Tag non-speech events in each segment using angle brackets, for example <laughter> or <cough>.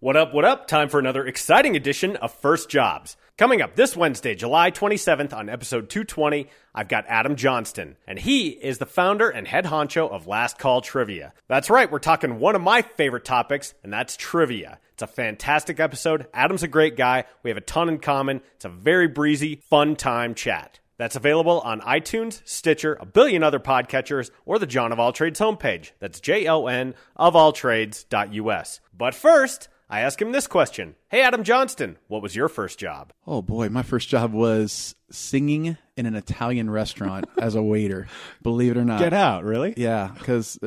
What up, what up? Time for another exciting edition of First Jobs. Coming up this Wednesday, July 27th, on episode 220, I've got Adam Johnston, and he is the founder and head honcho of Last Call Trivia. That's right, we're talking one of my favorite topics, and that's trivia. It's a fantastic episode. Adam's a great guy. We have a ton in common. It's a very breezy, fun time chat. That's available on iTunes, Stitcher, a billion other podcatchers, or the John of All Trades homepage. That's J O N of All Trades.us. But first, I ask him this question Hey, Adam Johnston, what was your first job? Oh boy, my first job was singing in an Italian restaurant as a waiter. Believe it or not. Get out, really? <laughs> Yeah, because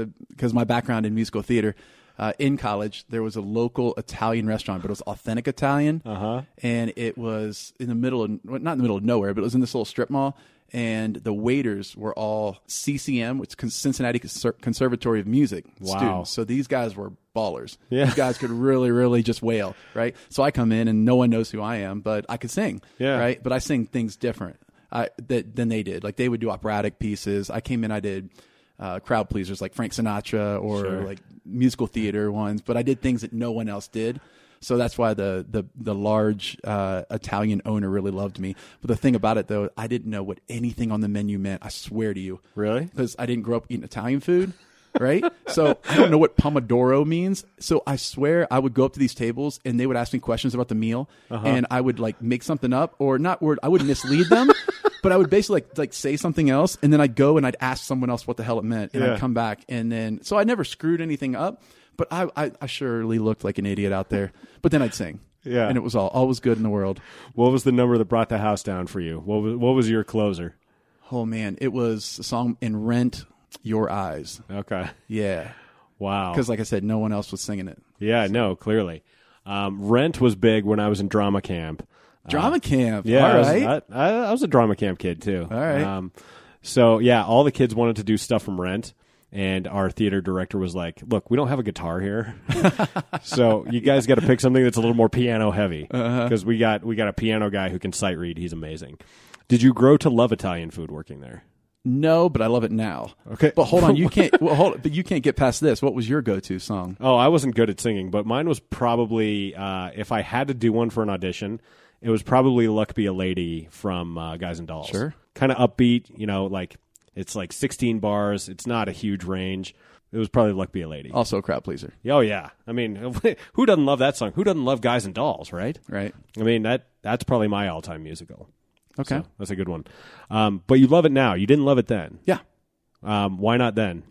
my background in musical theater. Uh, in college, there was a local Italian restaurant, but it was authentic Italian, uh-huh. and it was in the middle of well, not in the middle of nowhere, but it was in this little strip mall. And the waiters were all CCM, which is Cincinnati Conser- Conservatory of Music students. So these guys were ballers. Yeah. These guys could really, really just wail, right? So I come in and no one knows who I am, but I could sing, Yeah. right? but I sing things different uh, that than they did. Like they would do operatic pieces. I came in, I did uh, crowd pleasers like Frank Sinatra or like musical theater ones, but I did things that no one else did. So that's why the the the large uh, Italian owner really loved me. But the thing about it though, I didn't know what anything on the menu meant. I swear to you, Really? because I didn't grow up eating Italian food, right? so I don't know what pomodoro means. So I swear I would go up to these tables and they would ask me questions about the meal, Uh-huh. and I would like make something up or not word. I would mislead <laughs> them, but I would basically like like say something else, and then I'd go and I'd ask someone else what the hell it meant, and Yeah. I'd come back, and then so I never screwed anything up. But I, I, I surely looked like an idiot out there. But then I'd sing. Yeah. And it was all, all was good in the world. What was the number that brought the house down for you? What was, what was your closer? Oh, man. It was a song in Rent, Your Eyes. Okay. Yeah. Wow. because like i said no one else was singing it Yeah, no, clearly. Um, Rent was big when I was in drama camp. drama camp Yeah, all right I was, I, I- I was a drama camp kid too. All right. Um, so yeah, all the kids wanted to do stuff from Rent, and our theater director was like, "Look, we don't have a guitar here, so you guys got to pick something that's a little more piano heavy because we got we got a piano guy who can sight read. He's amazing." Did you grow to love Italian food working there? no but i love it now Okay. but hold on <laughs> you can't well, hold but you can't get past this what was your go-to song Oh, I wasn't good at singing, but mine was probably uh, if I had to do one for an audition, it was probably "Luck Be a Lady" from uh, Guys and Dolls. Sure. kind of upbeat, you know, like it's like 16 bars. It's not a huge range. It was probably "Luck Be a Lady." Oh, also a crowd pleaser yeah, I mean, <laughs> who doesn't love that song? Who doesn't love Guys and Dolls, right? right I mean that that's probably my all-time musical. okay So that's a good one. Um, but you love it now. You didn't love it then. yeah Um, why not then?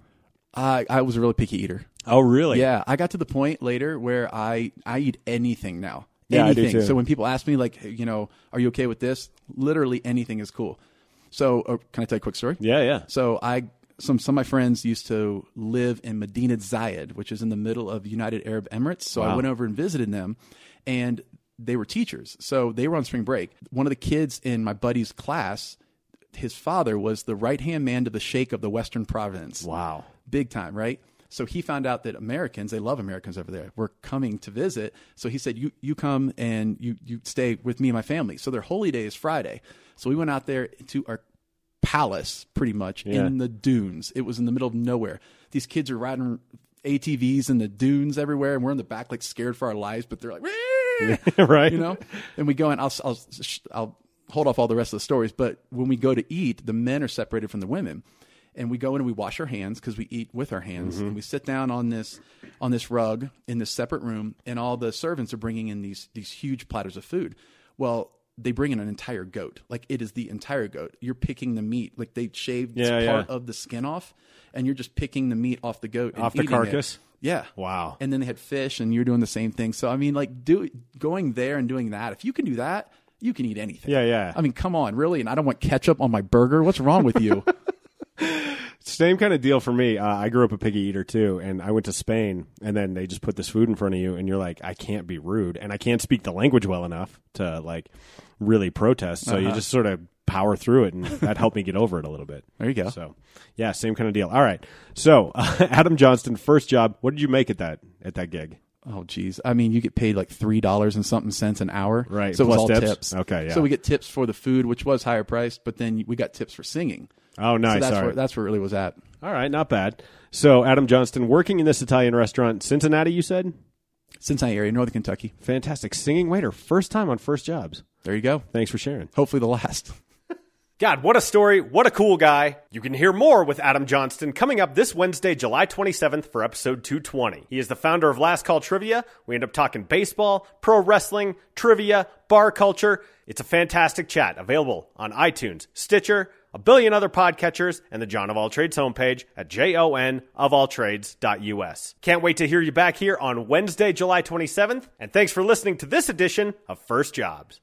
I, I was a really picky eater Oh, really? yeah i got to the point later where i i eat anything now Yeah, I do anything too. so when people ask me like you know are you okay with this literally anything is cool so uh, can i tell you a quick story yeah, yeah. So I some some of my friends used to live in Medina Zayed, which is in the middle of United Arab Emirates. So I went over and visited them, and they were teachers. So they were on spring break. One of the kids in my buddy's class, his father was the right hand man to the Sheikh of the Western Province Wow. big time, right? So he found out that Americans, they love Americans over there, were coming to visit. So he said, "You you come and you you stay with me and my family." So their holy day is Friday. So we went out there to our palace, pretty much in the dunes. It was in the middle of nowhere. These kids are riding ATVs in the dunes everywhere, and we're in the back, like scared for our lives, but they're like, "Wah!" <laughs> right. you know and we go and I'll, I'll sh- i'll hold off all the rest of the stories but when we go to eat the men are separated from the women and we go in and we wash our hands because we eat with our hands Mm-hmm. and we sit down on this on this rug in this separate room and all the servants are bringing in these these huge platters of food well they bring in an entire goat like it is the entire goat you're picking the meat like they shaved Yeah, part yeah. of the skin off and you're just picking the meat off the goat and Off the eating it. carcass? yeah Wow. and then they had fish and you're doing the same thing so i mean like do going there and doing that if you can do that you can eat anything Yeah, yeah. i mean come on really and i don't want ketchup on my burger what's wrong with <laughs> you Same kind of deal for me. Uh, I grew up a piggy eater too, and I went to Spain, and then they just put this food in front of you, and you're like, I can't be rude, and I can't speak the language well enough to like really protest. So Uh-huh. you just sort of power through it, and that helped me get over it a little bit. There you go. So yeah, same kind of deal. All right. So <laughs> Adam Johnston, first job. What did you make at that at that gig? oh geez i mean you get paid like three dollars and something cents an hour Right, so it was plus all tips? tips, Okay, yeah. so we get tips for the food which was higher priced but then we got tips for singing Oh, nice. so that's All where right. that's where it really was at All right, not bad. So Adam Johnston working in this Italian restaurant, Cincinnati. You said Cincinnati area, Northern Kentucky. Fantastic singing waiter, first time on First Jobs. There you go. Thanks for sharing. Hopefully the last. God, what a story. What a cool guy. You can hear more with Adam Johnston coming up this Wednesday, July 27th for episode 220. He is the founder of Last Call Trivia. We end up talking baseball, pro wrestling, trivia, bar culture. It's a fantastic chat available on iTunes, Stitcher, a billion other podcatchers, and the John of All Trades homepage at jonofalltrades.us. Can't wait to hear you back here on Wednesday, July 27th. And thanks for listening to this edition of First Jobs.